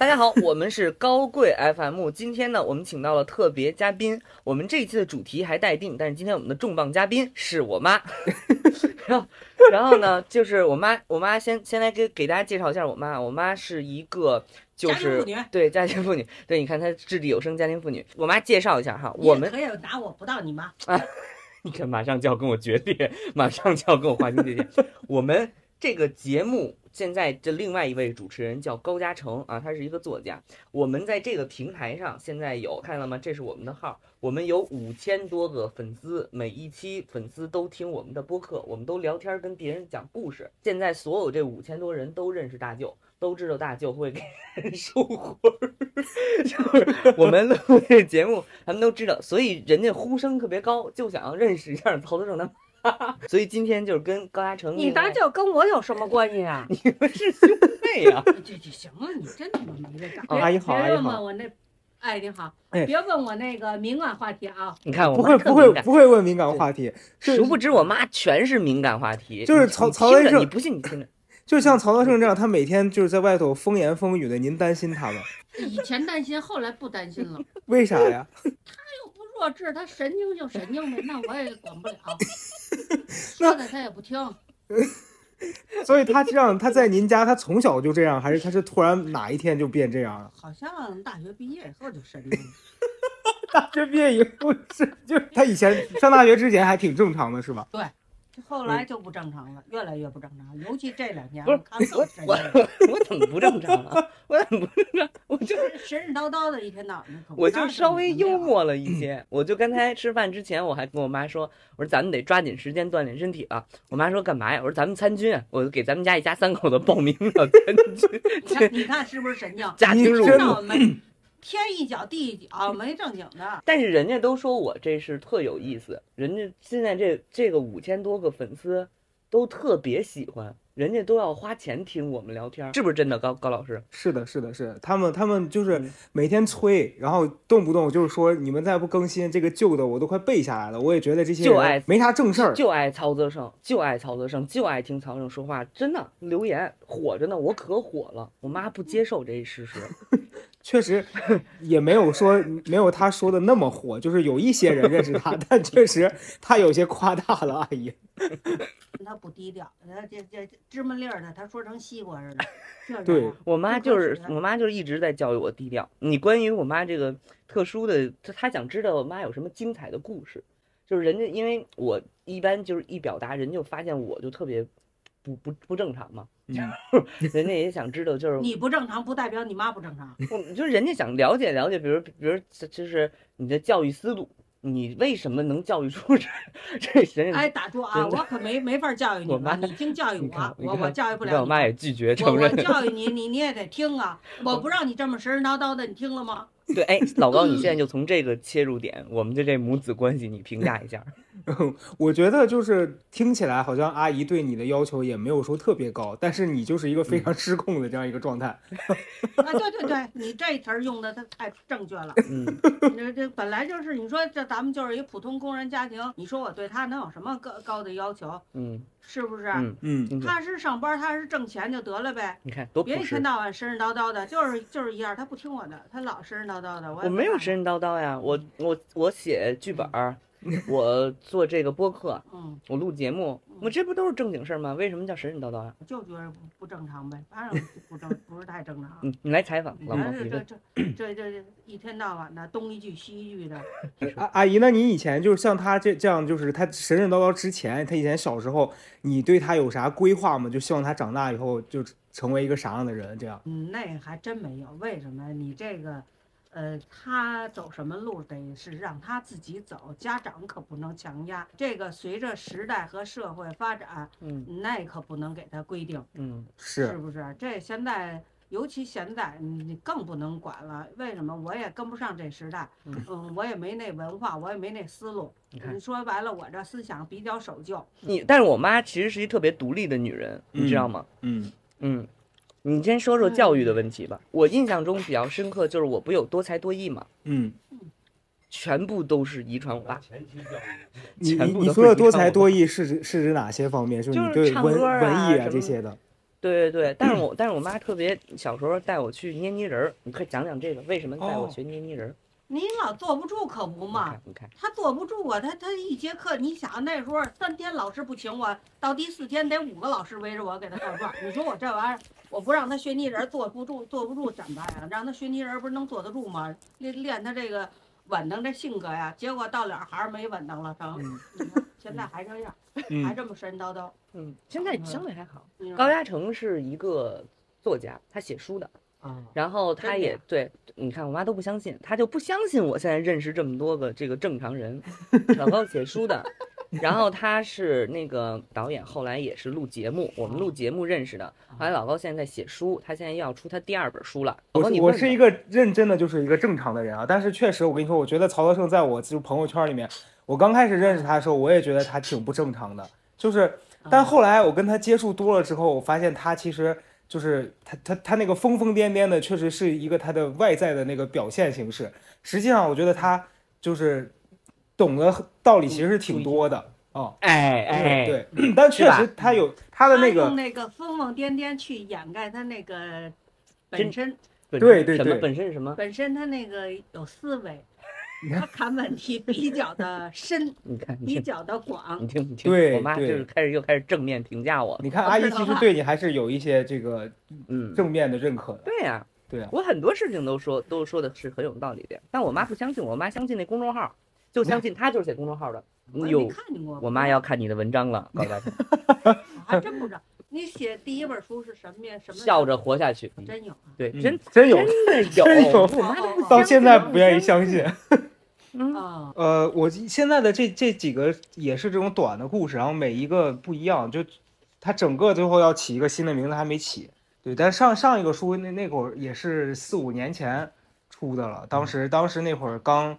家好，我们是高贵 FM。今天呢，我们请到了特别嘉宾。我们这一期的主题还待定，但是今天我们的重磅嘉宾是我妈。 然后，然后呢，就是我妈，我妈先先来给给大家介绍一下我妈。我妈是一个就家庭是妇女对家庭妇女，对，你看她掷地有声，家庭妇女。我妈介绍一下哈，我们你也可以打我，不到你妈。 你看，马上就要跟我决裂，马上就要跟我划清界限。我们这个节目现在这另外一位主持人叫高嘉诚啊，他是一个作家。我们在这个平台上现在有看到吗？这是我们的号，我们有五千多个粉丝，每一期粉丝都听我们的播客，我们都聊天跟别人讲故事。现在所有这五千多人都认识大舅，都知道大舅会给人收活儿， 就是我们录这节目，他们都知道，所以人家呼声特别高，就想要认识一下曹德胜他妈。 所以今天就是跟高嘉诚你大舅跟我有什么关系 啊？妹呀，这这行了，你真他妈没得干。啊阿姨好别阿姨好别问我那，哎，你好，哎别问我那个敏感话题啊。你看我不妈会特不会敏感不会问哦敏感话题，是殊不知我妈全是敏感话题，就是你曹你曹听文着胜你不信你听着，就像曹德胜这样，他每天就是在外头风言风语的，您担心他吗？ 以前担心，后来不担心了。他为啥呀？又 不弱智，他神经就神经呗，那我也管 不了。那说的他也不听，所以他这样，他在您家，他从小就这样，还是他是突然哪一天就变这样了？ 好像大学毕业以后就神经了。 大学毕业以后是就他以前上大学之前还挺正常的，是吧？ 后来就不正常了，越来越不正常，尤其这两年，不是看更神经我了，我怎么不正常了？我怎么不正常？我 就神神叨叨的，一天到晚的。可不我搭就理稍你微没幽有默了一些。我就刚才吃饭之前，我还跟我妈说，我说咱们得抓紧时间锻炼身体了。我妈说干嘛呀？我说咱们参军啊，我就给咱们家一家三口的报名了参军， 你看，你看是不是神经？家庭入你真伍。那我 们天一脚地一脚，没正经的。但是人家都说我这是特有意思，人家现在这这个五千多个粉丝都特别喜欢，人家都要花钱听我们聊天，是不是真的？高高老师，是的，是的，是的他们，他们就是嗯每天催，然后动不动就是说你们再不更新这个旧的，我都快背下来了。我也觉得这些就爱人没啥正事儿，就爱曹泽胜，就爱曹泽胜，就爱听曹泽胜说话，真的留言火着呢，我可火了，我妈不接受这一事实。确实也没有说没有他说的那么火，就是有一些人认识他， 但确实他有些夸大了。阿姨，他不低调，他这这这芝麻粒儿的，他说成西瓜似的。这人对我妈就就科是学我妈就是一直在教育我低调。你关于我妈这个特殊的，她她想知道我妈有什么精彩的故事，就是人家因为我一般就是一表达，人就发现我就特别不不不正常嘛，嗯， 人家也想知道，就是你不正常，不代表你妈不正常。我就是人家想了解了解，比如比如就就是你的教育思路，你为什么能教育出这这人家？哎，打住啊！真的我可没没法教育你我妈了，你净教育你看我，，我我教育不你看了我你。妈也拒绝我承我认。教育你，你你也得 听啊！我不让你这么神神叨叨的，你听了吗？对，哎，老高，你现在就从这个切入点，我们的这母子关系，你评价一下。 我觉得就是听起来好像阿姨对你的要求也没有说特别高，但是你就是一个嗯非常失控的这样一个状态。啊，对对对，你这词儿用的他太正确 了。嗯。这这本来就是，你说这咱们就是一普通工人家庭，你说我对他能有什么高高的要求？嗯，是不是？嗯嗯，真的他是上班，他是挣钱就得了呗，你看多朴别一天实。到晚神神叨叨的，就是就是一样，他不听我的，他老神神叨叨的，我我嗯也没有办法神神叨叨呀，我我我写剧本儿， 我做这个播客，嗯，我录节目，我这不都是正经事儿吗？为什么叫神神叨啊叨呀？我就觉得不不正常呗，反正不正不是太正常。你你来采访嗯老毛嗯反你正问这这这这这这一天到晚的东一句西一句的，阿阿姨，那你以前就是像他这这样，就是他神神叨叨之前，他以前小时候，你对他有啥规划吗？就希望他长大以后就成为一个啥样的人？这样，嗯，那还真没有。为什么？你这个，呃，他走什么路得是让他自己走，家长可不能强压。这个随着时代和社会发展，嗯那可不能给他规定。嗯是不是？这现在，尤其现在，嗯你更不能管了。为什么？我也跟不上这时代，嗯嗯，我也没那文化，我也没那思路。你看你说白了，我这思想比较守旧。你，但是我妈其实是一特别独立的女人，你知道吗？嗯嗯，你先说嗯说教育的问题吧。我印象中比较深刻就是我不有多才多艺嘛，嗯。全部都是遗传我爸。你全你部你都说是的遗多传我才的多艺是指是指哪些方面？就是就你是对唱文歌啊文艺什么这些的。对对对，但是我但是我妈特别小时候带我去捏泥人儿，你快讲讲这个为什么带我哦学捏泥人儿？你老坐不住可不你嘛看，你看，他坐不住啊，他他一节课，你想啊那时候三天老师不请我，到第四天得五个老师围着我给他告状。你说我这玩意儿，我不让他学泥人儿，坐不住，坐不住怎么办呀？让他学泥人儿不是能坐得住吗？练练他这个稳当这性格呀。结果到了还是没稳当了，成。嗯你说现在还这样，还嗯这么神叨叨。嗯，现在嗯相对还好。你说高嘉诚是一个作家，他写书的，啊，然后真他的也呀对，你看我妈都不相信，她就不相信我现在认识这么多个这个正常人，老高写书 的，然后他是那个导演，后来也是录节目，我们录节目认识的，哦后来老高现在在写书，他现在要出他第二本书了。老我高，你是我问是一吧个认真的，就是一个正常的人啊。但是确实，我跟你说，我觉得曹德胜在我就是朋友圈里面，我刚开始认识他的时候，我也觉得他挺不正常的。就是，哦嗯但后来我跟他接触多了之后，我发现他其实就是他他他那个疯疯癫癫的，确实是一个他的外在的那个表现形式。实际上，我觉得他就是懂得道理其实是挺多的啊。哎哎，对，但确是实他有他的那他个用那个疯疯癫癫去掩盖他那个真本身本对身对什么对本身是什么？本身他那个有思维，他看问题比较的深。你看你比听较的广你。听你听，对我妈就对是开始又开始正面评价我，你看，我阿姨知道其实了对你还是有一些这个嗯，正面的认可的。对呀、对啊我很多事情都说都说的是很有道理的，但我妈不相信，我妈相信那公众号，就相信她就是写公众号的。我也没有，看见过。嗯我妈要看你的文章了，高 大成，我还真不知道。你写第一本书是什么呀？什么笑着活下去。真有啊？对，嗯真真有，的真有有， 我妈都不到相现信在我不愿意相相信。嗯，哦，呃，我现在的这这几个也是这种短的故事，然后每一个不一样，就它整个最后要起一个新的名字还没起。对，但上上一个书那那会儿也是四五年前出的了，当时当时那会儿刚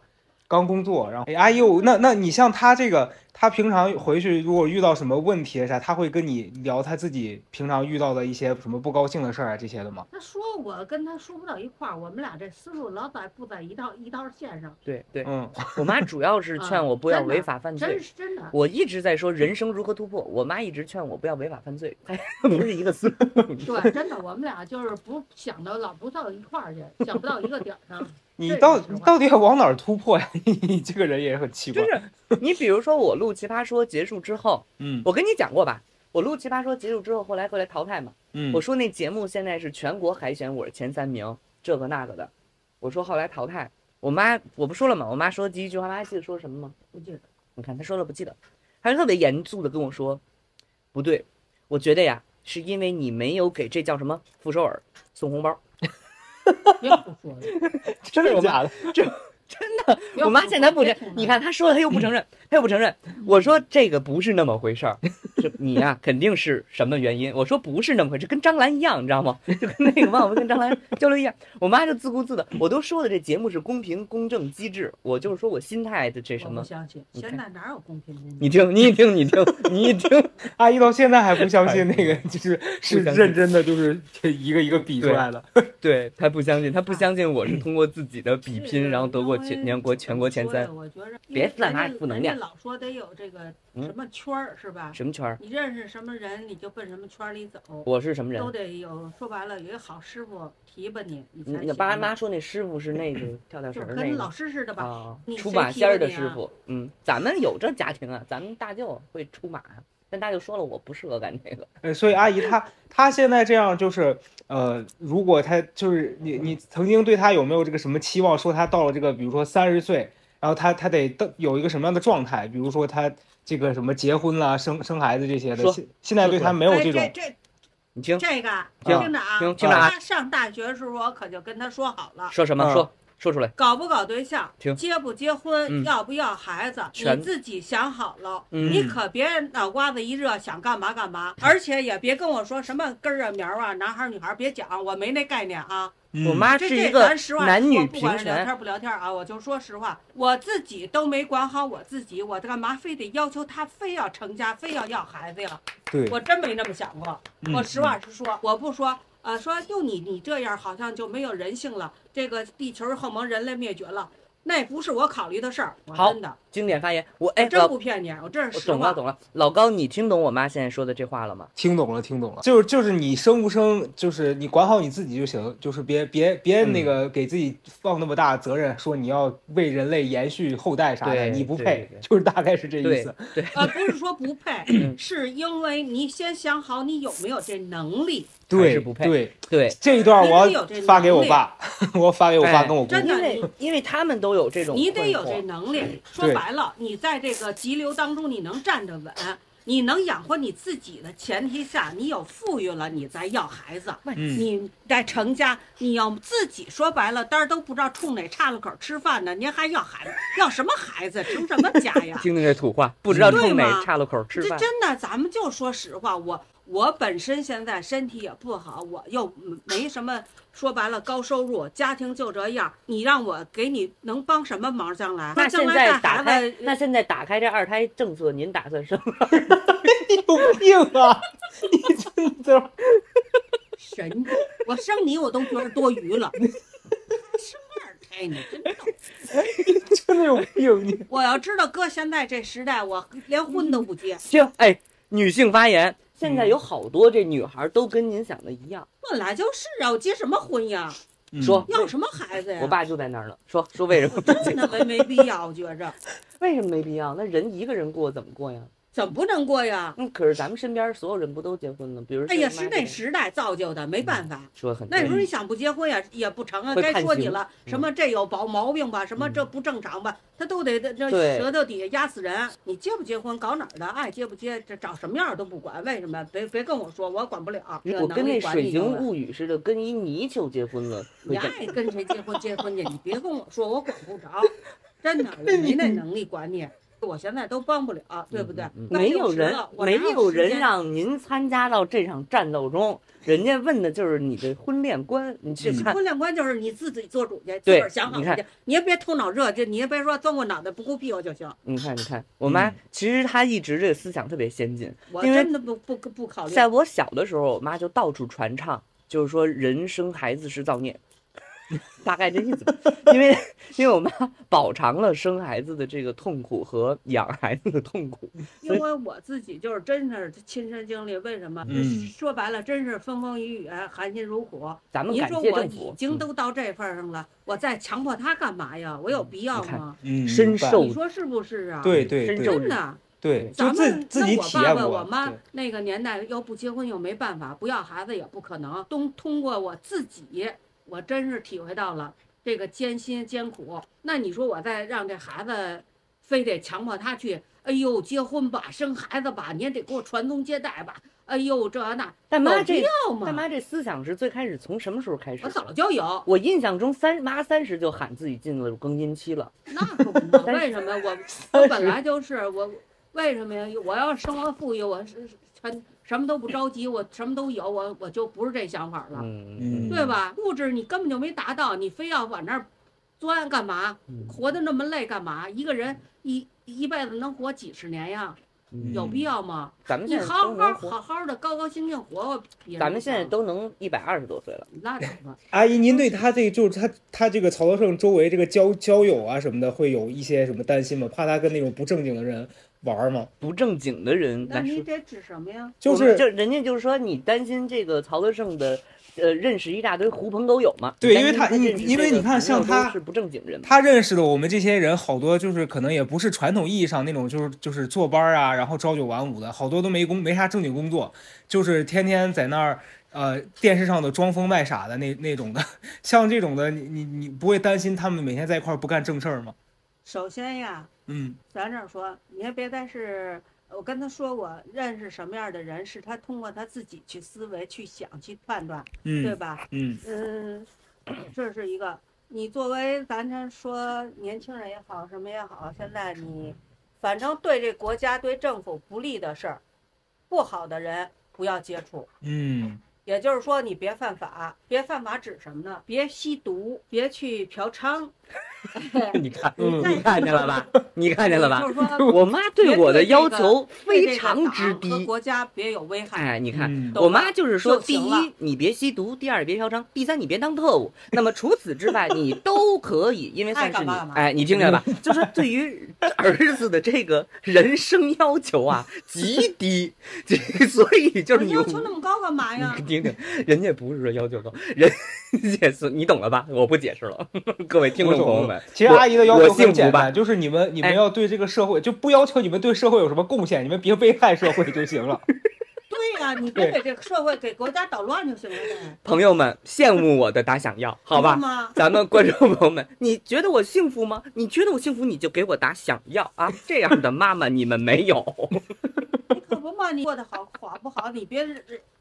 刚工作，然后哎阿姨，我那那你像他这个，他平常回去如果遇到什么问题啥，他会跟你聊他自己平常遇到的一些什么不高兴的事儿啊这些的吗？他说我跟他说不到一块儿，我们俩这思路老在不在一道一道线上，对对，嗯，我妈主要是劝我不要嗯真的违法犯罪真。是真的。我一直在说人生如何突破，我妈一直劝我不要违法犯罪， 不是一个思路。对，真的，我们俩就是不想的老不到一块儿去，想不到一个点儿上。你这到个是你吧到底要往哪儿突破呀？ 你这个人也很奇怪 就，是你比如说我录《奇葩说》结束之后，嗯我跟你讲过吧，我录《奇葩说》结束之后，后来后来淘汰嘛。嗯我说那节目现在是全国海选，我是前三名，这个那个的。我说后来淘汰，我妈我不说了嘛，我妈说第一句话，妈还记得说什么吗？不记得你看她说了不记得，她就特别严肃的跟我说，不对，我觉得呀，是因为你没有给这叫什么傅首尔送红包，别胡 说了，真的假的？别我妈胡现说在不别嗯认听，你她看她说了，她又不承认， 她又不承认。我说这个不是那么回事儿，是你呀、肯定是什么原因？我说不是那么回事，跟张兰一样，你知道吗？就跟那个万我跟张 兰交流一样。我妈就自顾自的，我都说了，这节目是公平公正机制，我就是说我心态的这什我么不。相信，你现看在哪有公平公正？你听，你一听，你 听，你一听，阿姨到现在还不相信那个，就是是相信认真的，就是一个一个比出来的。对她不相信，她不相信我是通过自己的比拼，然后得过全全国全国前三怎。么说呀我觉着别乱拉负不能能量老说得有这个嗯什么圈儿是吧？什么圈儿？你认识什么人，你就奔什么圈儿里走，我是什么人都？得有。说白了，有一个好师傅提拔你，你才你行。爸妈说那师傅是那个跳跳绳就是儿那跟个。老师似的吧？啊你出谁马提仙的儿的你师啊傅，嗯，咱们有这家庭啊，咱们大舅会出马，但大舅说了我不适合干这个，呃，所以阿姨她她现在这样就是，呃，如果她就是你你曾经对她有没有这个什么期望？说她到了这个，比如说三十岁，然后她她得到有一个什么样的状态？比如说她这个什么结婚啦、生生孩子这些的。说现现在对她没有哎，这这种，这你听这个，听着啊，听听着啊他上大学的时候，我可就跟他说好了，说什么啊说说出来，搞不搞对象听，结不结嗯婚，要不要孩子，全你自己想好了。嗯你可别脑瓜子一热想干嘛干嘛，而且也别跟我说什么根儿啊苗儿啊，男孩儿女孩儿别讲，我没那概念啊。我嗯妈这是这一个咱实话男说女不管平是聊权，天不聊天啊，我就说实话，我自己都没管好我自己，我干嘛非得要求他非要成家，非要要孩子呀？对，我真没那么想过。嗯我实话实说，我不说，呃，说就你你这样好像就没有人性了，这个地球儿后蒙人类灭绝了，那不是我考虑的事儿，我好真的。经典发言。我哎，真老不骗你，我这是我实懂了话。懂了，老高，你听懂我妈现在说的这话了吗？听懂了，听懂了，就是就是你生不生，就是你管好你自己就行，就是别别别嗯那个给自己放那么大责任，说你要为人类延续后代啥的，对你不对配对，就是大概是这意对思。呃，不是说不配嗯，是因为你先想好你有没有这能力。还是对不配对，对，这一段你我得有要这发给能我力爸， 我发给我爸哎跟我姑真。因的为你因为他们都有这种你得有这困惑能力。说对白了，你在这个急流当中，你能站着稳，你能养活你自己的前提下，你有富裕了，你再要孩子，嗯，你再成家，你要自己说白了，当然都不知道冲哪岔路口吃饭呢，您还要孩子，要什么孩子，成什么家呀？听听这土话，不知道对冲哪嘛岔路口吃这饭。真的，咱们就说实话，我我本身现在身体也不好，我又没什么，说白了高收入，家庭就这样，你让我给你能帮什么忙？将来那将现来在带打孩开子，，那现在打开这二胎政策，您打算生？ 有病啊！你这神经，我生你我都觉得多余了。生二胎呢，真逗！真的有病！你我要知道哥现在这时代，我连婚都不结。听，哎，女性发言，现在嗯有好多这女孩都跟您想的一样，本来就是啊，我结什么婚呀？说要什么孩子呀？我爸就在那儿呢，说说为什么真的没没必要，我觉着 为什么没必要？那人一个人过怎么过呀？怎么不能过呀？嗯，可是咱们身边所有人不都结婚了？比如哎呀，是是那时时代造就的，没办法。说得很那对时候你想不结婚也也不成啊，嗯会该判说你刑了，嗯什么这有毛毛病吧，什么这不正常吧，他都得这这对舌头底下压死人。你结不结婚，搞哪儿的，爱结不结，这长什么样儿都不管，为什么？别别跟我说，我管不了，这我能跟那力《管水你就形完。物语》似的，跟一泥鳅结婚了，你会怎爱跟谁结婚结婚去，你别跟我说，我管不着，真 的，我没那能力管你，我现在都帮不了，对不对嗯嗯？那没就有迟人了，我没哪有时人间让您参加到这场战斗中，人家问的就是你的婚恋观，你去嗯看。婚恋观就是你自己做主去，自对个儿想好你去看，你也别头脑热，就你也别说钻过脑袋不顾屁股就行。你看，你看，我妈嗯其实她一直这个思想特别先进，我因为真的不不不考虑。在我小的时候，我妈就到处传唱，就是说人生孩子是造孽， 大概这意思吧。因为因为我妈饱尝了生孩子的这个痛苦和养孩子的痛苦，因为我自己就是真是亲身经历，为什么？嗯说白了，真是风风雨雨，哎含辛茹苦。咱们您感说谢我政已府，经嗯都到这份儿上了，我再强迫他干嘛呀？我有必要你看吗？嗯深明白受你说是不是啊？对嗯对深对受真的，对，就咱自们自那己我体爸验爸过。我妈对那个年代，要不结婚又没办法，不要孩子也不可能。都通过我自己，我真是体会到了这个艰辛艰苦。那你说我再让这孩子，非得强迫他去，哎呦，结婚吧，生孩子吧，你也得给我传宗接代吧，哎呦，这那但妈有这必要大吗？妈这思想是最开始从什么时候开始我的？早就有，我印象中三妈三十就喊自己进了更年期了，那可不 嘛，为什么我我本来就是我为什么呀？我要生活富裕，我是全什么都不着急，我什么都有，我我就不是这想法了，嗯嗯对吧？物质你根本就没达到，你非要往那儿钻干嘛？嗯活得那么累干嘛？一个人一一辈子能活几十年呀？嗯有必要吗？咱们你现在好都好能活，好好的，高高兴兴活活。别人咱们现在不都能一百二十多岁了，想拉倒吧，阿姨，您对他这就是他他这个曹德胜周围这个交交友啊什么的，会有一些什么担心吗？怕他跟那种不正经的人玩儿吗？不正经的人那来你说，得指什么呀？就我们是就人家就是说你担心这个曹德胜的。呃，认识一大堆狐朋狗友嘛？对你担因为心他认识因为这个你看朋友像他都是不正经人 嘛，他认识的我们这些人，好多就是可能也不是传统意义上那种，就是就是坐班儿啊，然后朝九晚五的，好多都没工没啥正经工作，就是天天在那儿呃电视上的装疯卖傻的那那种的。 像这种的，你你你不会担心他们每天在一块儿不干正事儿吗？首先呀，嗯咱这儿说，你还别再是，我跟他说过，认识什么样的人，是他通过他自己去思维、去想、去判断，对嗯吧？嗯嗯，这是一个。你作为咱这说年轻人也好，什么也好，现在你反正对这国家、对政府不利的事儿、不好的人不要接触。嗯也就是说，你别犯法，别犯法指什么呢？别吸毒，别去嫖娼。 你看，嗯你看见了 吧？你看见了吧就？是 说，我妈对我的要求对这非个常之党和低。国家别有危害。哎，你看，嗯懂我妈就是说，就第行一了，你别吸毒；第二，别嫖娼；第三，你别当特务。那么除此之外，你都可以，因为爱算是干你嘛干，嘛 嗯哎，你听见了吧？就是对于儿子的这个人生要求啊极低，这所以就是我你嗯啊要求那么高干嘛呀你？听听，人家不是说要求高，人家是你懂了吧？我不解释了，各位听众朋友们，其实阿姨的要我求幸福很简吧单，就是你们你哎们要对这个社会，就不要求你们对社会有什么贡献，你们别危害社会就 行了。对呀、你别给这个社会给国家捣乱就行了呗，朋友们羡慕我的打响要，好吧知道？吗？咱们观众朋友们，你觉得我幸福吗？你觉得我幸福，你就给我打想要啊！这样的妈妈你们没有。 你可不嘛，你过得好好不好？你别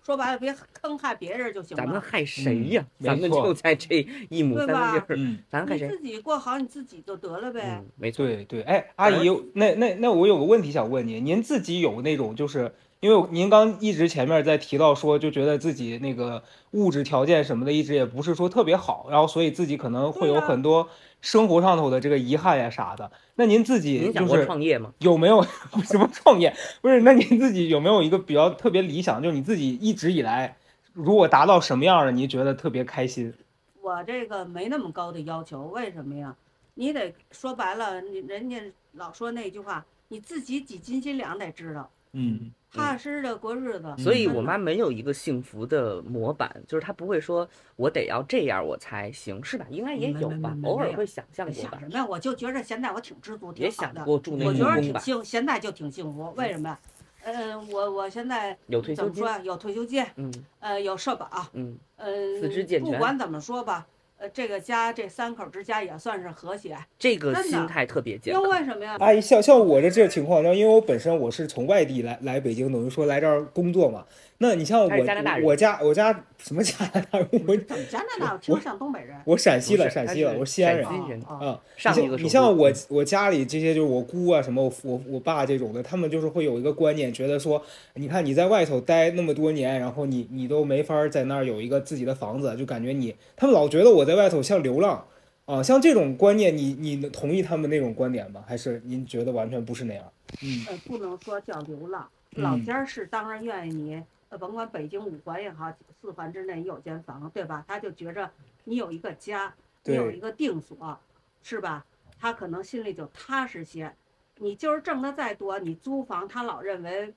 说白了，别坑害别人就 行咱们了。害谁呀？嗯咱们没错就在这一亩三对吧分地儿，嗯，咱害你谁？自己过好你自己就得了呗。嗯，没错。对对，哎，阿姨，那那那我有个问题想问您，您自己有那种就是因为您刚一直前面在提到说，就觉得自己那个物质条件什么的，一直也不是说特别好，然后所以自己可能会有对啊很多生活上头的这个遗憾呀啥的。那您自己您想就过是创业吗？有没有 什么创业？不是，那您自己有没有一个比较特别理想，就是你自己一直以来如果达到什么样的，你觉得特别开心？我这个没那么高的要求，为什么呀？你得说白了，你人家老说那句话，你自己几斤几两得知道，嗯，踏踏实实的过日子。所以嗯我妈没有一个幸福的模板，就是她不会说我得要这样我才行，是吧？应该也没有没吧，没偶尔没有会想象我过想吧什。么呀？我就觉着现在我挺知足，也挺好想的。过住那我木觉得工挺吧，幸，现在就挺幸福。为什么呀？呃，我我现在有退怎休么金说，呀？啊有退休金，嗯呃，有社保，嗯，呃，四肢健不全管怎么说吧，呃，这个家这三口之家也算是和谐。这个真的心态特别健因康。为什哎么呀？阿姨，哎像像我的这个情况，然后因为我本身我是从外地来来北京，等于说来这儿工作嘛。那你像他是我加拿大人我家我家什么加拿大人？我怎么加拿大？我听像东北人。我陕西不了，是陕他西了，是我西安人陕西人啊啊啊。上你一个像手你像术嗯我我家里这些就是我姑啊什么我父我我爸这种的，他们就是会有一个观念，觉得说，你看你在外头待那么多年，然后你你都没法儿在那儿有一个自己的房子，就感觉你他们老觉得我在外头像流浪啊，像这种观念，你你能同意他们那种观点吗？还是您觉得完全不是那样？嗯呃，不能说叫流浪，嗯老家儿是当然愿意你，呃，甭管北京五环也好，四环之内有间房，对吧？他就觉着你有一个家，你有对一个定所，是吧？他可能心里就踏实些。你就是挣的再多，你租房他老认为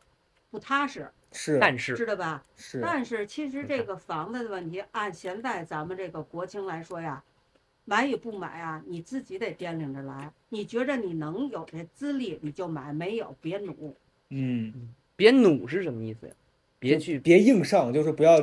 不踏实，是但是知道吧？是但是其实你这看个房子的问题，按现在咱们这个国情来说呀，买与不买啊，你自己得掂量着来。你觉着你能有这资历，你就买，没有别努。嗯，别努是什么意思呀？别去别硬上，就是不要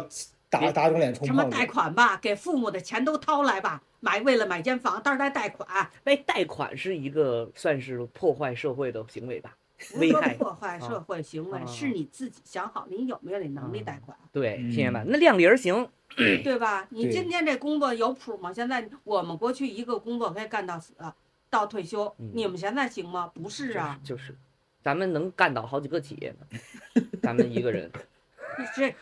打别打肿脸充什么胖子贷。款吧，给父母的钱都掏来吧，买为了买间房，但是贷贷款，被贷款是一个算是破坏社会的行为吧？不是危说害破坏社会行为，啊是你自己想好你有没有那能力贷款，对，嗯听见吧？那量力而行，对吧？你对今天这工作有谱吗？现在我们过去一个工作可以干到死，啊到退休，嗯你们现在行吗？不是啊。就是，就是咱们能干倒好几个企业呢， 咱们一个人，这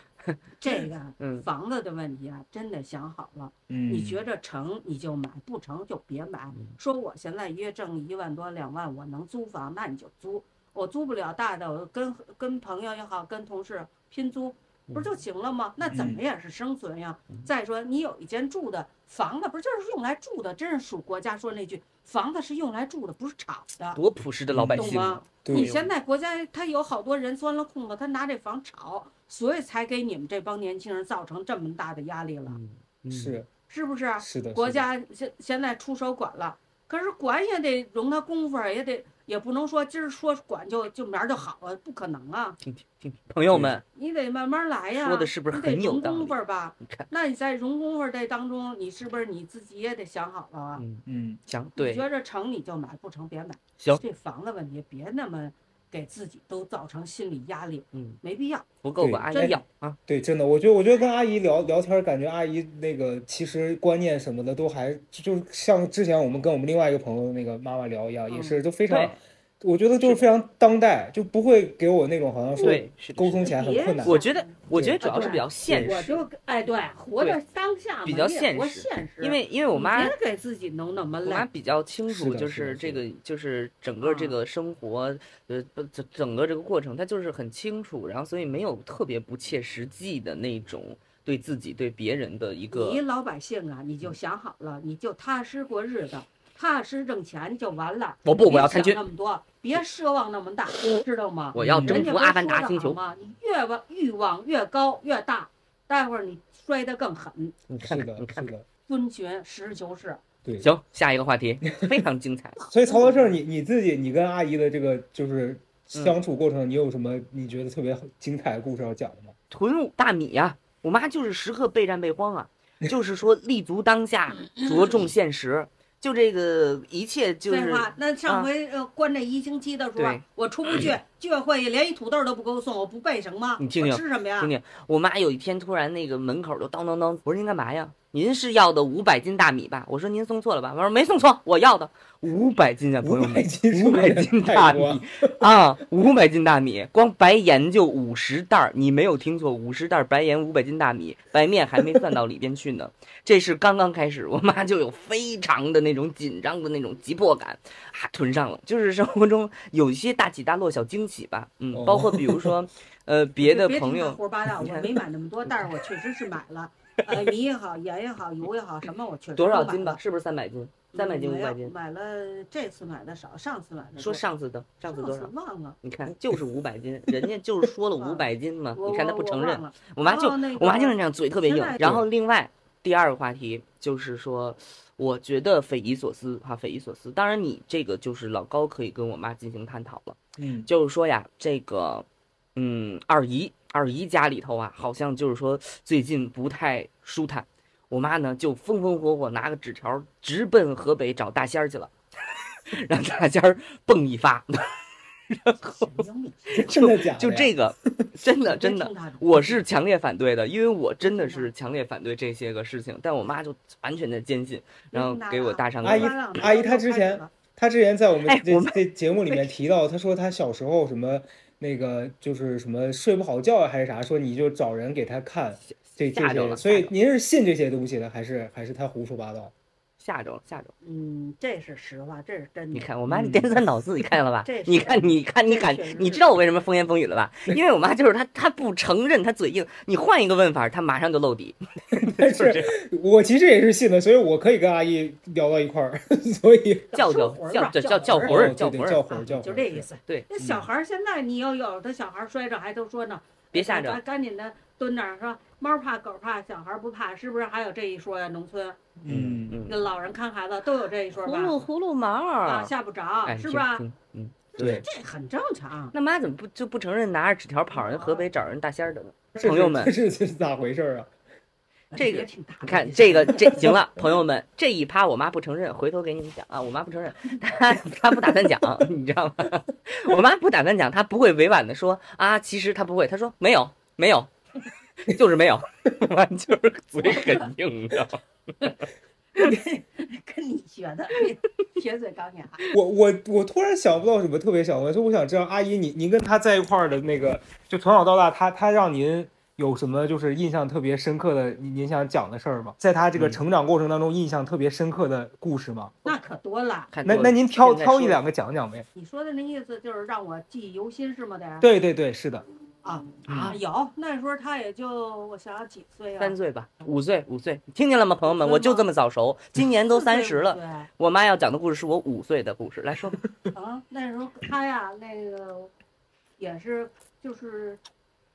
这个嗯，房子的问题啊，真得想好了。嗯，你觉着成你就买，不成就别买嗯。说我现在月挣一万多两万，我能租房，那你就租。我租不了大的，我跟跟朋友也好，跟同事拼租，不嗯是就行了吗？那怎么也是生存呀。再说你有一间住的房子，不是就是用来住的？真是属国家说那句，房子是用来住的，不是炒的，多朴实的老百嗯懂姓啊吗？？对你现在国家他有好多人钻了空子，他拿这房炒，所以才给你们这帮年轻人造成这么大的压力了，嗯，嗯是是啊不是？是的，嗯国是的家现现在出手管了，可是管也得容他功夫，啊也得也不能说今儿说管就就明儿就好了，不可能啊！听听听，朋友们，你得慢慢来呀。说的是不是你得很有容道理功夫吧你看？那你在容功夫这当中，你是不是你自己也得想好了啊？嗯，嗯行，你对，觉着成你就买，不成别买。行这房子问题别那么给自己都造成心理压力，嗯，没必要。不够对吧？阿真姨要啊，对，真的，我觉得我觉得跟阿姨聊聊天儿，感觉阿姨那个其实观念什么的都还就就像之前我们跟我们另外一个朋友那个妈妈聊一样，也嗯是都非常对，我觉得就是非常当代，就不会给我那种好像说对，是的沟是的通起来很困难。我觉得，我觉得主对要是比较现我实，就哎，对，活着当下嘛，比较你得现活实现实。因为因为我妈你别给自己弄那么我妈累，比较清是楚，的就是的是这是的个，就是整个这啊个生活，呃，不整整个这个过程，她就是很清楚，然后所以没有特别不切实际的那种对自己、对别人的一个嗯你老百姓啊，你就想好了，你就踏实过日子。踏实挣钱就完了。我不，我要参参军，那么多，别奢望那么大，知道吗？我要嗯征人家服不是阿凡说达得星好球。吗？你越往欲望越高越大，待会儿你摔得更狠。你看是看，你的，看是看。的，遵循实事求是，对。行，嗯下一个话题非常精彩。所以曹德胜，你你自己，你跟阿姨的这个就是嗯相处过程，你有什么你觉得特别精彩的故事要讲的吗？囤大米呀、我妈就是时刻备战备慌啊，就是说立足当下，着重现实，就这个一切就是废话。那啊上回呃关这一星期的时候对啊，我出不去，居委会连一土豆都不给我送，我不备什么？你听听我吃什么呀听？听，我妈有一天突然那个门口就当当当，我说您干嘛呀？您是要的五百斤大米吧？我说您送错了吧？我说没送错，我要的五百斤啊，朋友五百们，斤，五百斤大太多米啊，五百斤大米，光白盐就五十袋儿，你没有听错，五十袋儿白盐，五百斤大米，白面还没算到里边去呢。这是刚刚开始，我妈就有非常的那种紧张的那种急迫感，啊，囤上了。就是生活中有一些大起大落小惊喜吧，嗯，包括比如说，呃，别的别听朋他友。胡说八道，我你看没买那么多，但是我确实是买了，呃，米也好，盐也好，油也好，什么我确实多少都买斤吧？了？是不是三百斤？三百斤、嗯五没有百斤？买了这次买的少，上次买的说多上次的，上次多少？忘了，你看，就是五百斤，人家就是说了五百斤嘛，我啊你看他我不我承忘认。了我妈就然后那个我妈就是这样，嘴特别硬现在。然后另外第二个话题就是说，我觉得匪夷所思哈，匪夷所思。当然，你这个就是老高可以跟我妈进行探讨了。嗯，就是说呀，这个，嗯，二姨二姨家里头啊，好像就是说最近不太舒坦。我妈呢就风风火火拿个纸条儿直奔河北找大仙儿去了， 让大仙儿蹦一发。神经病真的哎假的呀？就这个， 真的真的 别，听他我是强烈反对的，因为我真的是强烈反对这些个事情。但我妈就完全的坚信，然后给我大上阿姨个。阿姨她之前他之前在我们哎这我们这节目里面提到，他说他小时候什么那个就是什么睡不好觉啊还是啥，说你就找人给他看这这吓着些，了所吓以着您是信这些东西的，还是还是他胡说八道？吓着了，吓着了！嗯，这是实话，这是真的。你看我妈，嗯你颠三倒四，你看见了吧这？你是看，你看，你这感确实，你是嗯知道我为什么风言风语了吧？因为我妈就是她，她不承认，她嘴硬。你换一个问法，她马上就露 底。但是我其实也是信的，所以我可以跟阿姨聊到一块儿， 所以哦叫叫叫叫叫叫叫叫魂魂儿，对叫啊魂对儿，叫魂儿，叫魂儿，嗯就这意思。对，那小孩儿现在你要有的小孩儿摔着，还都说呢，别吓着哎 赶赶紧的蹲那儿说，猫怕狗怕，小孩儿不怕，是不是还有这一说呀？农村嗯嗯，嗯那，老人看孩子都有这一说吧葫？芦葫芦毛啊，儿，吓不着哎，，是听不是啊？？听嗯，对。这很正常。那妈怎么不就不承认拿着纸条跑人河北找人大仙儿的呢？这朋友们 这是 这是咋回事儿啊？这个也挺大的你看意思这个这行了，朋友们，这一趴我妈不承认，回头给你们讲啊，我妈不承认，她她不打算讲， 你知道吗？ 我妈不打算讲，她不会委婉的说啊，其实她不会，她说没有没有， 就是没有， 我妈就是嘴很硬的。跟你学的，铁嘴钢牙。我我我突然想不到什么特别想问，所以我想知道阿姨，你您跟他在一块儿的那个，就从小到大，他他让您有什么就是印象特别深刻的，您您想讲的事儿吗？在他这个嗯成长过程当中，印象特别深刻的故事吗？那可多了。看那多那了您挑现在挑一说两个讲讲呗。你说的那意思就是让我记忆犹新是吗？得对对对，是的，啊嗯啊，有那时候他也就我想想几岁啊，嗯三岁吧，五岁五岁，听见了吗，朋友们？我就这么早熟，今年 都四岁三十了。对我妈要讲的故事是我五岁的故事，来 说吧。啊，那时候他呀，那个也是就是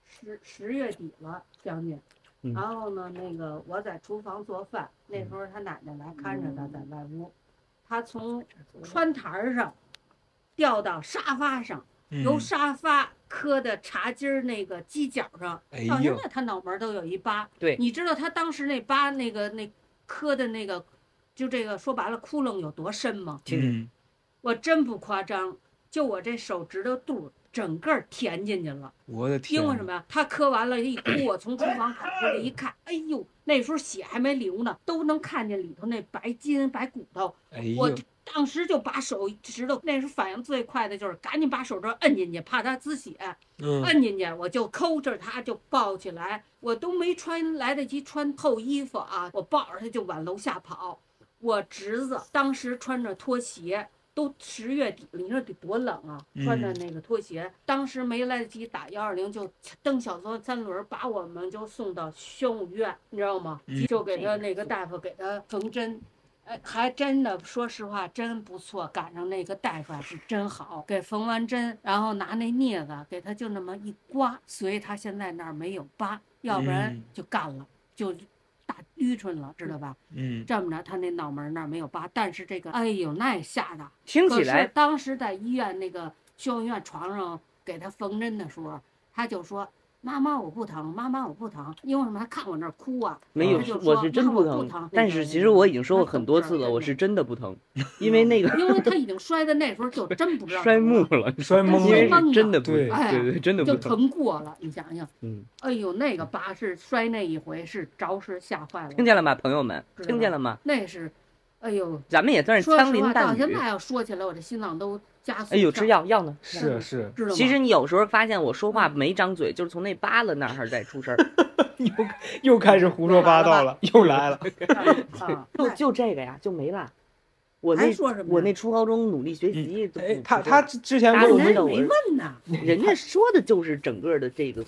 十十月底了将近嗯。然后呢，那个我在厨房做饭，那时候他奶奶来看着他在外屋，他从嗯窗台儿上掉到沙发上，嗯由沙发磕的茶几儿那个犄角上，哎到现呦，在他脑门儿都有一疤。对你知道他当时那疤那个那磕的那个，就这个说白了窟窿有多深吗？听听，嗯，我真不夸张，就我这手指头肚儿整个儿填进去了。我的天，啊因为什么呀？他磕完了，一哭，我从厨房跑出来一看，哎呦，那时候血还没流呢，都能看见里头那白筋白骨头。哎呦，我当时就把手指头，那时候反应最快的就是赶紧把手指头摁进去，怕它滋血。嗯，摁进去，我就抠着它就抱起来，我都没穿来得及穿厚衣服啊，我抱着它就往楼下跑。我侄子当时穿着拖鞋，都十月底了，你说得多冷啊！嗯穿着那个拖鞋，当时没来得及打幺二零，就蹬小三三轮把我们就送到宣武医院，你知道吗嗯？就给他那个大夫给他缝针。哎，还真的，说实话，真不错，赶上那个大夫啊是真好，给缝完针，然后拿那镊子给他就那么一刮，所以他现在那儿没有疤，要不然嗯就干了，就打淤春了，知道吧？嗯，这么着，他那脑门儿那儿没有疤，但是这个，哎呦，那也吓的。听可起是来当时在医院那个修医院床上给他缝针的时候，他就说：“妈妈，我不疼，妈妈，我不疼。”因为什么？他看我那儿哭啊，没有他就，说我是真妈不我不疼疼。但那是个其实我已经说过那很多懂事儿次了，真我的是真的不疼， 因为那个因为他已经摔的那时候就真不知 道摔疼木了了，摔懵因懵为了，是真的不对疼哎对对，真的不就疼。疼过了。你想想，嗯，哎呦，那个疤是摔那一回是着实吓坏听了，见了吗，朋友们？是的听见了吗？那是，哎呦，咱们也算是说枪实林话，到弹现雨。在要说起来，我这心脏都加速。哎呦，吃，药药呢。是是，知道吗？嗯其实你有时候发现我说话没张嘴，就是从那疤了那儿在出声儿，又开始胡说八道了，又来了，啊，就 对就这个呀，就没了。我那还说什么呀？哎我那初高中努力学习，都哎不，他不他是之之前打跟我我们们人的家没问呢。人家说的就是整个的这个，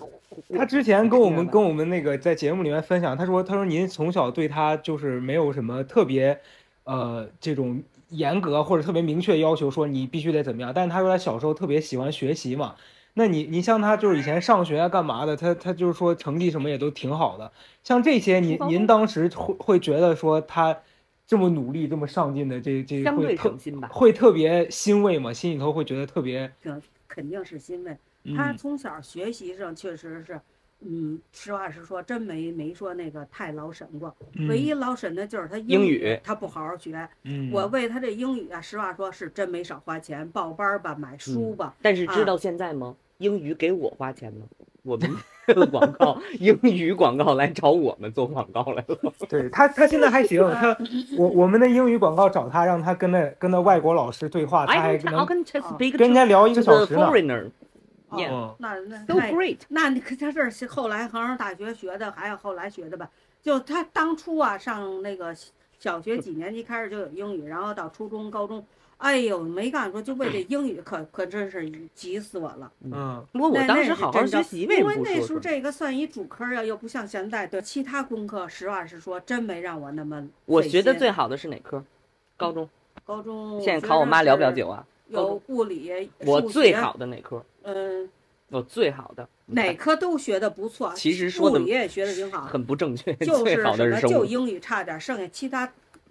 他之前跟我们吧跟我们那个在节目里面分享，他说他说您从小对他就是没有什么特别，呃，这种严格或者特别明确要求，说你必须得怎么样。但是他说他小时候特别喜欢学习嘛，那你你像他就是以前上学啊干嘛的，他他就是说成绩什么也都挺好的，像这些您高您当时会会觉得说他这么努力这么上进的这这相会对特省心吧。会特别欣慰吗？心里头会觉得特别肯定是欣慰。他嗯从小学习上确实是，嗯，实话实说，真没没说那个太老神过。唯一老神的就是他嗯英语语，他不好好学。嗯我为他这英语啊，实话说是真没少花钱，报班儿吧，买书吧。但是嗯知道现在吗？英语给我花钱吗？我们广 告英语广告来找我们做广告来了，对他，他现在还行。他，我我们的英语广告找他，让他跟那跟那外国老师对话，他还 I can 能 I can just 啊 speak 跟人 to 家聊一个 to 小 the 时呢。 foreigner, Yeah 哦，嗯，那那 so 那 great。那你看他这是后来衡阳大学学的，还有后来学的吧？就他当初啊，上那个小学几年级开始就有英语，然后到初中、高中，哎呦，没干说就为嗯这英语可可真是急死我了。嗯，不过我那当那时是好好真学的习，为什因么为不那时候说？这个算一主科儿呀，啊又不像现在对其他功课，实话实说，真没让我那么费心。我学的最好的是哪科？高中。高中，现在考我妈聊不了解？解我啊？高有中物理，我数最学，好的哪科？嗯，我最好的你哪看科都学的不错，其实说的物理也学的挺好，很不正确，就 最是好什的么是生就物。英语差点，剩下其他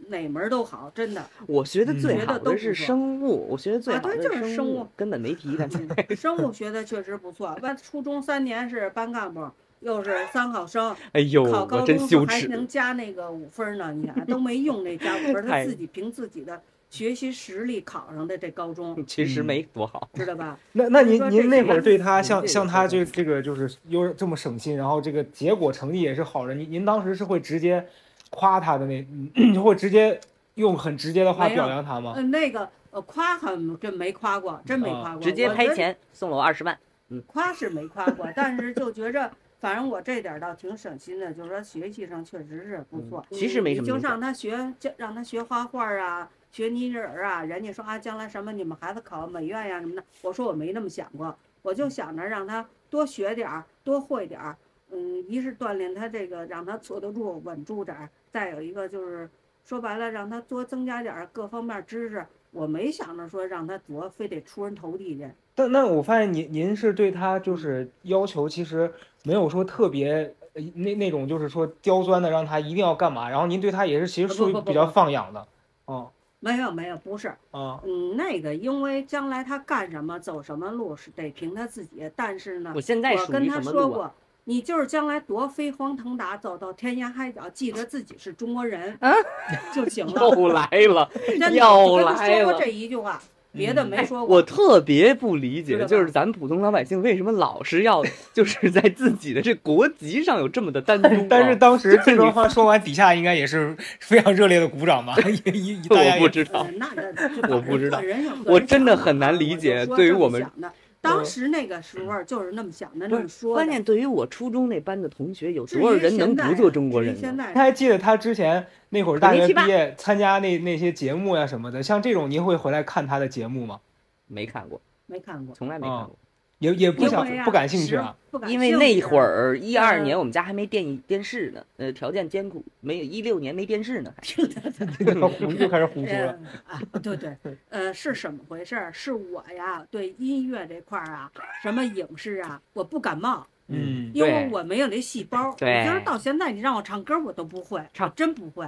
哪门儿都好，真的。我学的最嗯好的是生物，我学的最啊好的对就是是生物物，根本没提 的。嗯生物学的确实不错，完初中三年是班干部，又是三 好生，哎呦，考我高真中时羞候还耻能。加那个五分儿呢，你看都没用那加五 分儿，太他自己凭自己的学习实力考上的这高中， 其实没多好，知道吧？那那你您说这您那会儿对他您这像个像说他法这这个就是又这么省心，然后这个结果成绩也是好的，您您当时是会直接夸他的那， 嗯会直接用很直接的话没有表扬他哦吗？嗯，那个呃夸很真没夸过，真没啊夸过，哦直接我啊拍觉得钱送了我二十万。夸是没夸过，但是就觉着，反正我这点儿倒挺省心的，就是说学习上确实是不错。嗯其实没什你么就影响。让他学，就让他学画画啊，学泥人儿啊。人家说啊，将来什么你们孩子考美院呀、什么的，我说我没那么想过，我嗯就想着让他多学点儿，多会点儿。嗯，一是锻炼他这个，让他坐得住、稳住点儿；再有一个就是说白了，让他多增加点儿各方面知识。我没想着说让他多非得出人头地去，但那我发现您您是对他就是要求其实没有说特别呃那那种就是说刁钻的让他一定要干嘛，然后您对他也是其实不属于不比不较不放养的，哦没有没有，不是。啊嗯，那个，因为将来他干什么、走什么路是得凭他自己。但是呢我，现在我属跟于他什么说路啊？过，你就是将来多飞黄腾达，走到天涯海角，记着自己是中国人啊就 行了。又来 了，真的，又我跟他来说过了嗯哎这一句话，别的没说我过。特别不理知解，道就吧是咱们普通老百姓为什么老是要就是 在自己的这国籍上有这么的 单哦独啊、但是当时这你段话说完，底下应该也是 非常热烈的鼓 掌吧？一一一大家 我不也知道呃，那个就我反不正知道个人有个人想法，我真的很难理 我就解说对于这么我们嗯想的当时那个时候就是那么想的，不那是么说的。关键对于我初中那班的同学，有至多少于人现能在不啊做中国至于人现呢？在他还记得他之前那会儿大肯尼学基吧毕业参加那那些节目呀、什么的，像这种您会回来看他的节目吗？没看过，没看过。从来没看过。也也不想因为呀不感兴趣啊。不感因为那会儿儿一二嗯年我们家还没电电视呢，呃，条件艰苦，没有一六年没电视呢，还胡又开 始胡说了。嗯啊，对 对，呃，是什么回事儿？是我呀，对音乐这块儿啊，什么影视啊，我不感冒，嗯，因为对我没有那细胞。对我就是到现在，你让我唱歌我都不会，唱我真不会，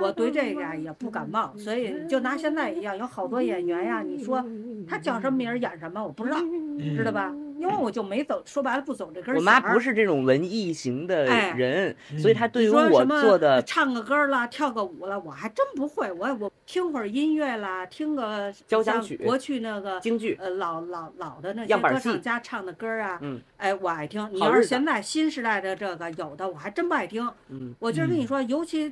我我对对这个这个呀呀也也不不感感冒冒，，所所以以就就拿拿现现在在一一样，样，有好好多多演演员员呀，呀，你你说说他他叫叫什什么么名名儿儿，演什么，我不不知知道道，，嗯知知道道吧吧？因因为为我我就没走，说白了不走这根我妈弦儿不是这种文艺型的哎人，嗯所以她对于你说我什么做的唱个歌儿啦，跳个舞啦，我还真不会。我我听会儿音乐啦，听个交响像曲国去那个京剧，呃老老老的那些样板歌戏唱家唱的歌儿啊，嗯哎，我爱听。你好要是日子现在新时代的这个有的，我还真不爱听。嗯，我就是跟你嗯说，尤其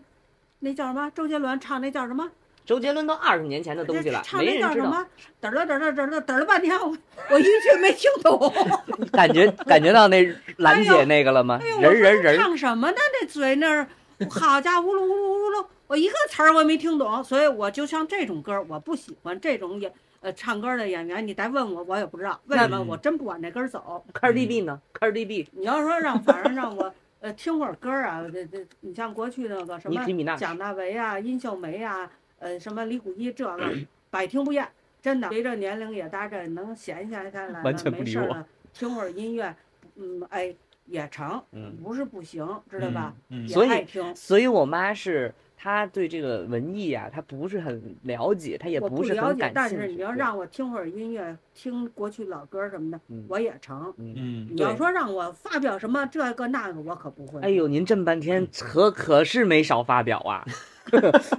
那叫什么周杰伦唱那叫什么，周杰伦都二十年前的东西了，唱没那人叫知什道，么，嘚儿了嘚儿了嘚儿了嘚儿了半天，我我一句没听懂。 感觉感觉到那兰姐那个了吗？哎呦，人我儿人儿说人这儿，唱什么呢？这嘴那儿，好家伙，呜噜呜噜呜噜，我一个词儿我也没听懂，所以我就像这种歌儿，我不喜欢这种演呃唱歌的演员。你再问我，我也不知道为什么，嗯我真不往那根儿走。 Cardi B 呢？Cardi B，你要说让，反正让我呃听会儿歌儿啊，这这，你像过去那个什尼么基米娜，蒋大为啊、殷秀梅啊、呃什么李谷一这个，百听不厌。真的，随着年龄也搭着，能闲下下来了，完全不没理事儿我了，听会儿音乐，嗯，哎，也成，嗯，不是不行，知道吧？嗯？嗯也所以爱听，所以我妈是。她对这个文艺啊，她不是很了解，她也我是了很解感，但兴是趣。你要对让我听会儿音乐，听国去老歌什么的，嗯我也成。嗯，嗯，你要对说让我发表什么这个那个，我可不会。哎，呦，您这么半嗯天可可是没少发表 啊，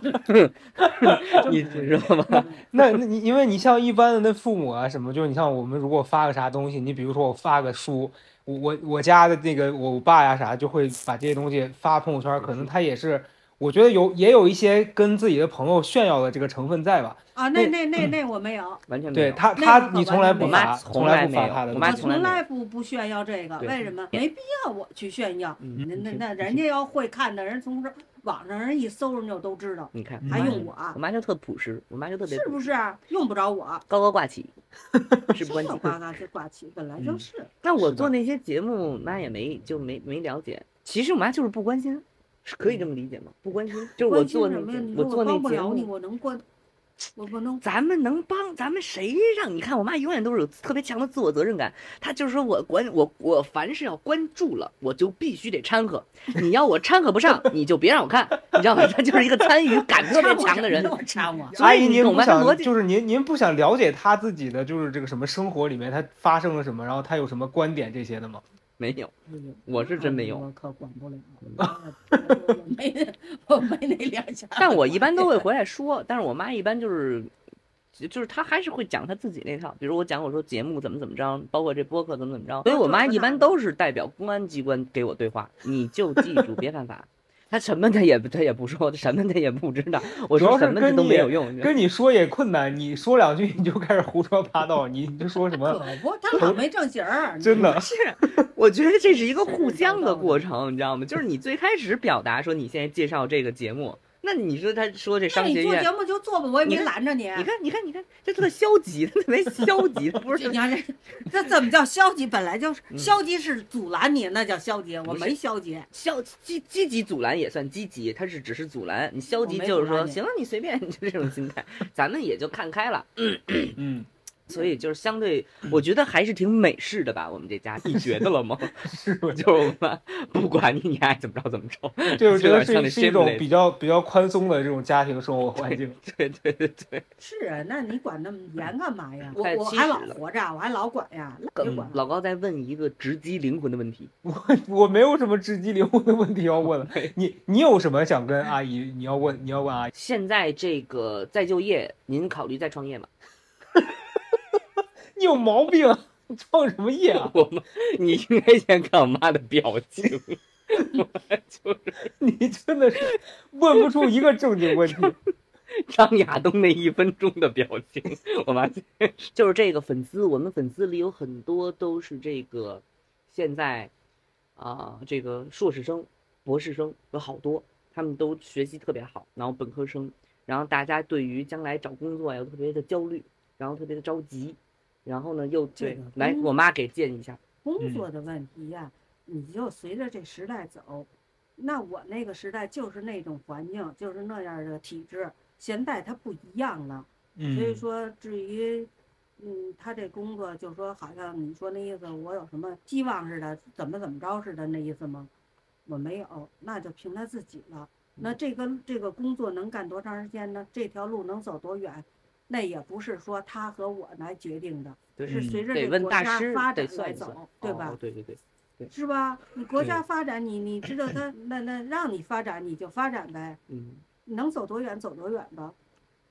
你知道吗？ 那那你因为你像一般的那父母啊什么，就是你像我们如果发个啥东西，你比如说我发个书，我我我家的那个我爸呀啥就会把这些东西发朋友圈，可能他也是，我觉得有也有一些跟自己的朋友炫耀的这个成分在吧。啊，那那那嗯那我没有，完全没对有。他那他个可你从来不完没有全发，从不发他的我东妈西，我从来从没来有不不炫耀这个，对为什么？没必要我去炫耀。嗯那嗯那嗯那人家要会看的人，从这网上人一搜，人就都知道，你看，嗯还我妈用我？哎啊我妈就特朴实，我妈就特别是不是啊？用不着我，高高挂 起，事不关什么己。挂挂就挂起，本来就嗯是。但我是的做那些节目，妈也没就没没了解。其实我妈就是不关心，是可以这么理解吗？不关心，就是我关心做那什么呀？节你目，说做那帮不节了你，目，我能关，我我能咱们能帮，咱们谁让你看？我妈永远都是有特别强的自我责任感，她就是说我管我我凡是要关注了，我就必须得掺和。你要我掺和不上，你就别让我看，你知道吗？她就是一个参与感特别强的人。我掺我。所阿以姨，你您懂不吗？她逻想辑就是您您不想了解他自己的就是这个什么生活里面他发生了什么，然后他有什么观点这些的吗？没有，我是真没有。我可管不了， 我没我没那两下。 但我一般都会回来说，但是我妈一般就是，就就是她还是会讲她自己那套，比如我讲我说节目怎么怎么着，包括这播客怎么怎么着，所以我妈一般都是代表公安机关给我对话，你就记住别犯法。她什么她也不她也不说，什么她也不知道，我主说要是什么跟她都你没有用。跟你说也困难，你说两句你就开始胡说八道，你你就说什 么可不，他老没正形儿，真的。是，我觉得这是一个互是找相到的了过 程，你知道吗？就是你最开始表达说你现在介绍这个节目，那你说他说这那商学你做院节，目就做吧，我也你没看拦着你。啊你看你看你看，这特消极，他特别消极，他不是 这你 看这，这怎么叫消极？本来就是嗯消极是阻拦你，那叫消极。我不是没消极，消积积极阻拦也算积极，它是只是阻拦，你消我极没就是阻拦说你行了，你随便，就这种心 态，咱们也就看开了。嗯，所以就是相对，我觉得还是挺美式的吧，我们这家，你觉得了吗？是 我就是我们不管你，你爱怎么着怎么着。 就是觉得有点像那是是一种 Shameless 比较比较宽松的这种家庭生活环境。 对对对对，是啊，那你管那么严干嘛呀？我快我七还十老了活着，我还老管呀，老更管。嗯老高在问一个直击灵魂的问题，我没有什么直击灵魂的问题要 问了，你你有什么想跟阿姨你要问你要问阿姨？现在这个再就业，您考虑再创业吗？你有毛病啊， 你创什么业啊？ 我们，你应该先看我妈的表 情，我就是。你真的是问不出一个正经问题。张亚东那一分钟的表情，我发现 就是这个粉丝，我们粉丝里有很多都是这个，现在啊、这个硕士生、博士生有好多，他们都学习特别好，然后本科生，然后大家对于将来找工作呀又特别的焦虑，然后特别的着急，然后呢又这对个来嗯我妈给建议一下，嗯工作的问题呀、你就随着这时代走。那我那个时代就是那种环境，就是那样的体制，现在它不一样了。所以嗯，说，至于，嗯，他这工作，就说好像你说那意思，我有什么希望似的，怎么怎么着似的那意思吗？我没有，那就凭他自己了。那嗯这个这个工作能干多长时间呢？这条路能走多远？那也不是说他和我来决定的，对是随着嗯得这问国大家师发得展算来一算走，对哦吧？对对对，是吧？你国家对发展，你你知道他那那让你发展你就发展呗，嗯，能走多远走多远吧，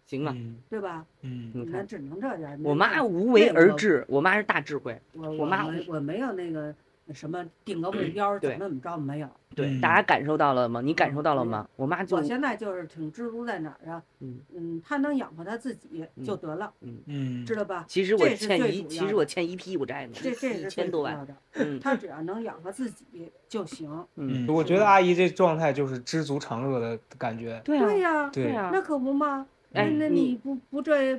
行了，嗯对吧？嗯你那看只能这样。我那妈那无为那而个治，我妈是大智慧，我我妈没我没有那个什么定个目标儿怎对么怎么着没有，对，嗯大家感受到了吗？你感受到了吗？我妈就嗯我现在就是挺知足在哪儿啊，嗯嗯，他能养活他自己就嗯得了，嗯知道吧？其实我这是欠最一，主其要实的我欠一屁股债呢，这这一是最千多主万。要的，嗯他只要能养活自己就行。嗯，我觉得阿姨这状态就是知足常乐的感觉。对对啊，呀、对啊那，可不嘛。那哎那你你不不这，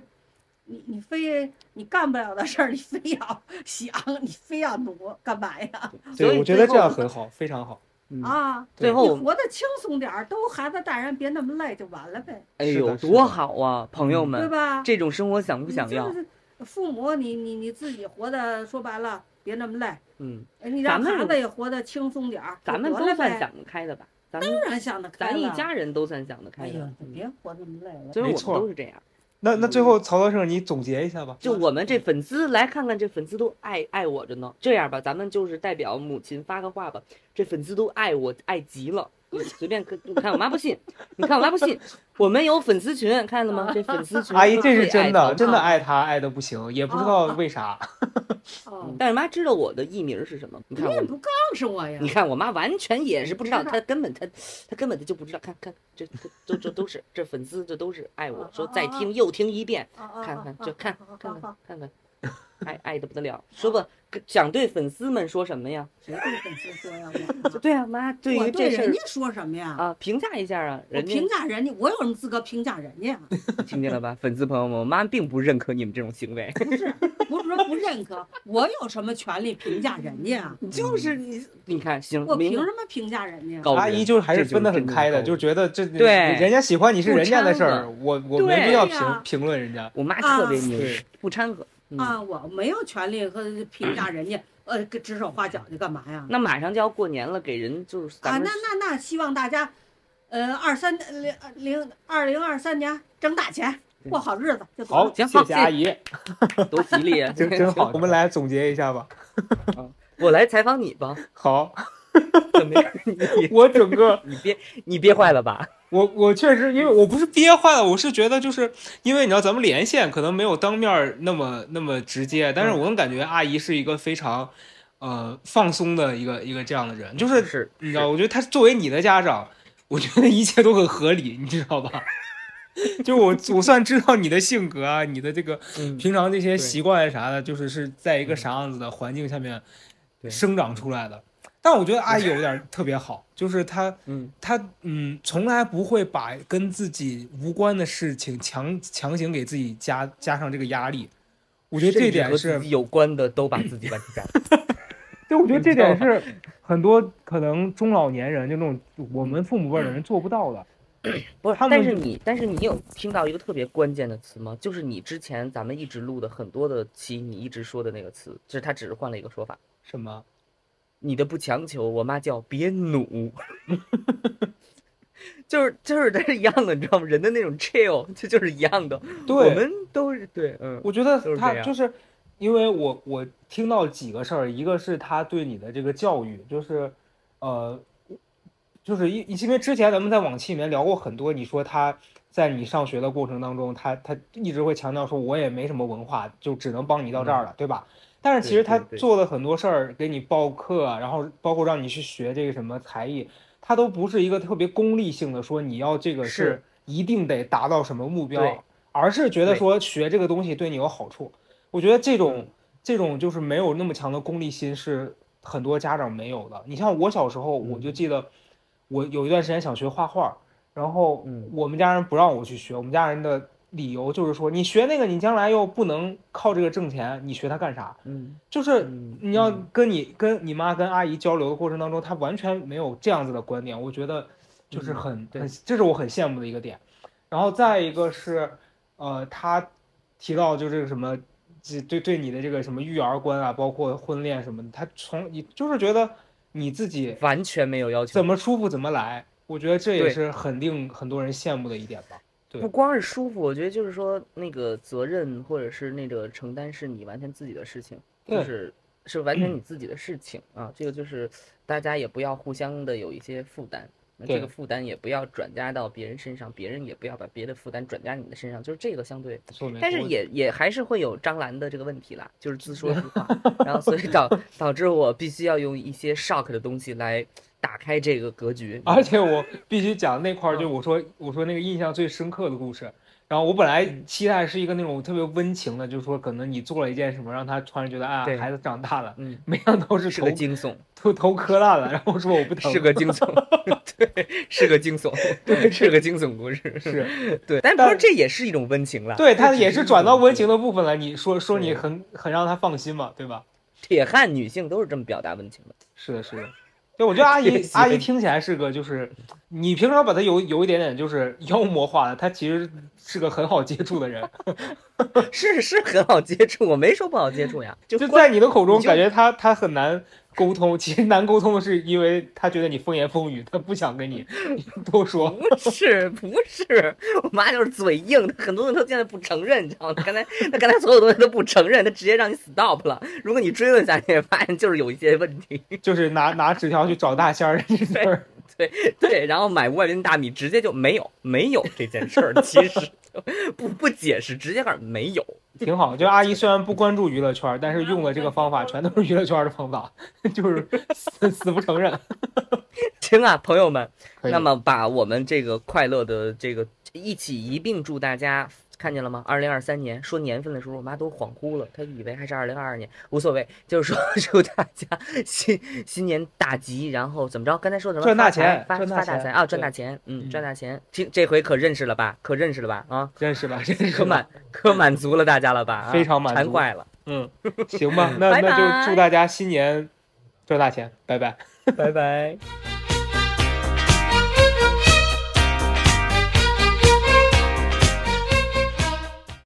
你你非你干不了的事儿，你非要想，你非要努，干嘛呀？所以对，我觉最得后这样很好，非常好。嗯啊，最对后你我们活得轻松点儿，都孩子大人，别那么累就完了呗，哎是呦的是多的嗯好啊，朋友对们，吧？这种生活想不你想要就？是父母你，你你自己活的，说白了，别那么累，嗯，哎你咱让们孩子也活得轻松点儿，咱就们得都了算呗，想得开的吧，咱们当然想得开咱了。一家人都算想得哎开的呀，，嗯别活那么累了。所以没我错们都是这样。那那最后曹德胜，你总结一下吧。就我们这粉丝来看看，这粉丝都爱爱我着呢。这样吧，咱们就是代表母亲发个话吧，这粉丝都爱我爱极了。你随便看，你看我妈不信，你看我妈不信，我们有粉丝群，看了吗？这粉丝群，阿姨，这是真的，真的爱。嗯爱他爱的不行，也不知道 为啥。哦，但是妈知道我的艺名是什么？你你看也我，不告诉我呀哦你？看我妈完全也是不知道，知道她根本她她根本她就不知道。看看这这都这都是这粉丝，这都是爱我啊说啊再啊听又听一遍，啊啊 看啊看啊就看好好看 好看看 看，爱爱的不得了。说吧，跟想对粉丝们说什么呀？谁对粉丝说呀？ 我对啊，妈，对我于对这事人儿家说什么呀？啊，评价一下啊，我人家评价人家，我有什么资格评价人家呀？啊听见了吧，粉丝朋友们，我妈并不认可你们这种行 为，不是，不是说不认可，我有什么权利评价人家啊？就是你，你看，行，我凭嗯明什么评价人家？啊高阿人姨就是还是这分得真很的开高的，就人觉得这对人家喜欢你是不人家的事掺儿和，我我对没必要对评呀评论 人家。我妈特别啊牛对，不掺和。嗯啊，我没有权利和评价人家，呃，跟指手画脚的干嘛呀？那马上就要过年了，给人就是啊，咱那们那那，希望大家，呃，二三零零二零二三年挣大钱，对过好日子就得好，了。行谢好谢谢 阿姨，多吉利 啊！真 真好。我们来总结一下吧。我来采访你吧，好，怎么样？ 你我整个你憋你憋坏了吧？我我确实，因为我不是憋坏了，我是觉得就是因为你知道咱们连线可能没有当面儿那么那么直接，嗯但是我能感觉阿姨是一个非常，呃放松的一个一个这样的人，就是是你知道，我觉得她作为你的家长，我觉得一切都很合理，你知道吧？ 就我我算知道你的性格啊，你的这个嗯，平常这些对习惯啊啥的，就是是在一个啥样子的环境下面对生长出来的。但我觉得阿姨有点儿特别好，就是她， 嗯，她，嗯，从来不会把跟自己无关的事情强强行给自己加加上这个压力。我觉得甚这至点和是自己有关的都把自己完全对，我觉得你这知道点是很多可能中老年人就那种我们父母辈儿的人做不到的。不是，他但们是就你，但是你有听到一个特别关键的词吗？就是你之前咱们一直录的很多的期，你一直说的那个词，就是它只是换了一个说法。什么？你的不强求，我妈叫别努， 就是就是它是一样的，你知道吗？人的那种 chill，这就是一样的。对，我们都是对，嗯，我觉得就是他这样就是，因为我我听到几个事儿，一个是他对你的这个教育，就是，呃，就是因因为之前咱们在往期里面聊过很多，你说他在你上学的过程当中，他他一直会强调说，我也没什么文化，就只能帮你到这儿了，对吧？但是嗯其对实他对对做了很多事儿，给你报课啊，然后包括让你去学这个什么才艺，他都不是一个特别功利性的说你要这个是是一定得达到什么目对标，而是觉得对说学这个东西对你有好处。我觉得这种嗯这种就是没有那么强的功利心是很多家长没有的。你像我小时候，我就记得我有一段时间想学画画，然后嗯我们家人不让我去学，我们家人的理由就是说，你学那个，你将来又不能靠这个挣钱，你学它干啥？嗯，就是嗯你要嗯跟你跟你妈跟阿姨交流的过程当中，她完全没有这样子的观点，我觉得就是嗯很对很，这是我很羡慕的一个点。然后再一个是，呃，她提到就这个什么，这对对你的这个什么育儿观啊，包括婚恋什么的，她从你就是觉得你自己完全没有要求怎。么舒服怎么来，我觉得这也对是很令很多人羡慕的一点吧。对不光是舒服，我觉得就是说那个责任或者是那个承担是你完全自己的事情，就对是是完全你自己的事情啊。这个就是大家也不要互相的有一些负担，那这对个负担也不要转嫁到别人身上，别人也不要把别的负担转嫁你的身上，就是这个相对。没错没但是错也也还是会有张兰的这个问题啦，就是自说自 话，然后所以导导致我必须要用一些 shock 的东西来打开这个格局。 而且我必须讲那块儿，就我说我说那个印象最深刻的故事。然后我本来期待是一个那种特别温情的，就是说可能你做了一件什么，让他突然觉得啊对孩子长大了，嗯，没想到是是头个惊悚。头头磕烂了，然后说我不疼， 是个惊 悚，对，是个惊悚，对，是个惊悚故事，是，对。但不但过这也是一种温情了，对他这只也是是一转到种温情的部分了。你说说你对很很让他放心嘛，对吧？铁汉女性都是这么表达温情的，是的，是的。对，我觉得阿谢姨谢阿姨听起来是个，就是你平常把她有有一点点就是妖魔化了，她其实是个很好接触的人，是是很好接触，我没说不好接触呀，就就关在你的口中你就感觉他他很难沟通，其实难沟通的是因为他觉得你风言风语，他不想跟 你多说。不是不是，我妈就是嘴硬，她很多东西她现在不承认，你知道吗？她刚才她刚才所有东西都不承认，她直接让你 stop 了。如果你追问下去，发现就是有一些问题。就是拿拿纸条去找大仙儿这事儿，对，然后买五百斤大米，直接就没有没有这件事儿，其实就不不解释，直接告诉你没有。挺好。就阿姨虽然不关注娱乐圈，但是用的这个方法全都是娱乐圈的方法， 就是死死不承认。 行啊，朋友们，可以那么把我们这个快乐的这个一起一并祝大家。看见了吗？二零二三年说年份的时候，我妈都恍惚了，她以为还是二零二二年，无所谓，就是说 祝大家新新年大吉，然后怎么着？刚才说什么？赚大发财钱发赚大发大钱财啊！赚对大钱，嗯，嗯赚大钱。听这回可认识了吧？可认识了吧？啊，认识吧，认可识吧。满可满足了大家了吧？啊非常满馋足坏了，嗯，行吧，那拜那拜 就祝大家新年赚大钱，拜拜。拜拜。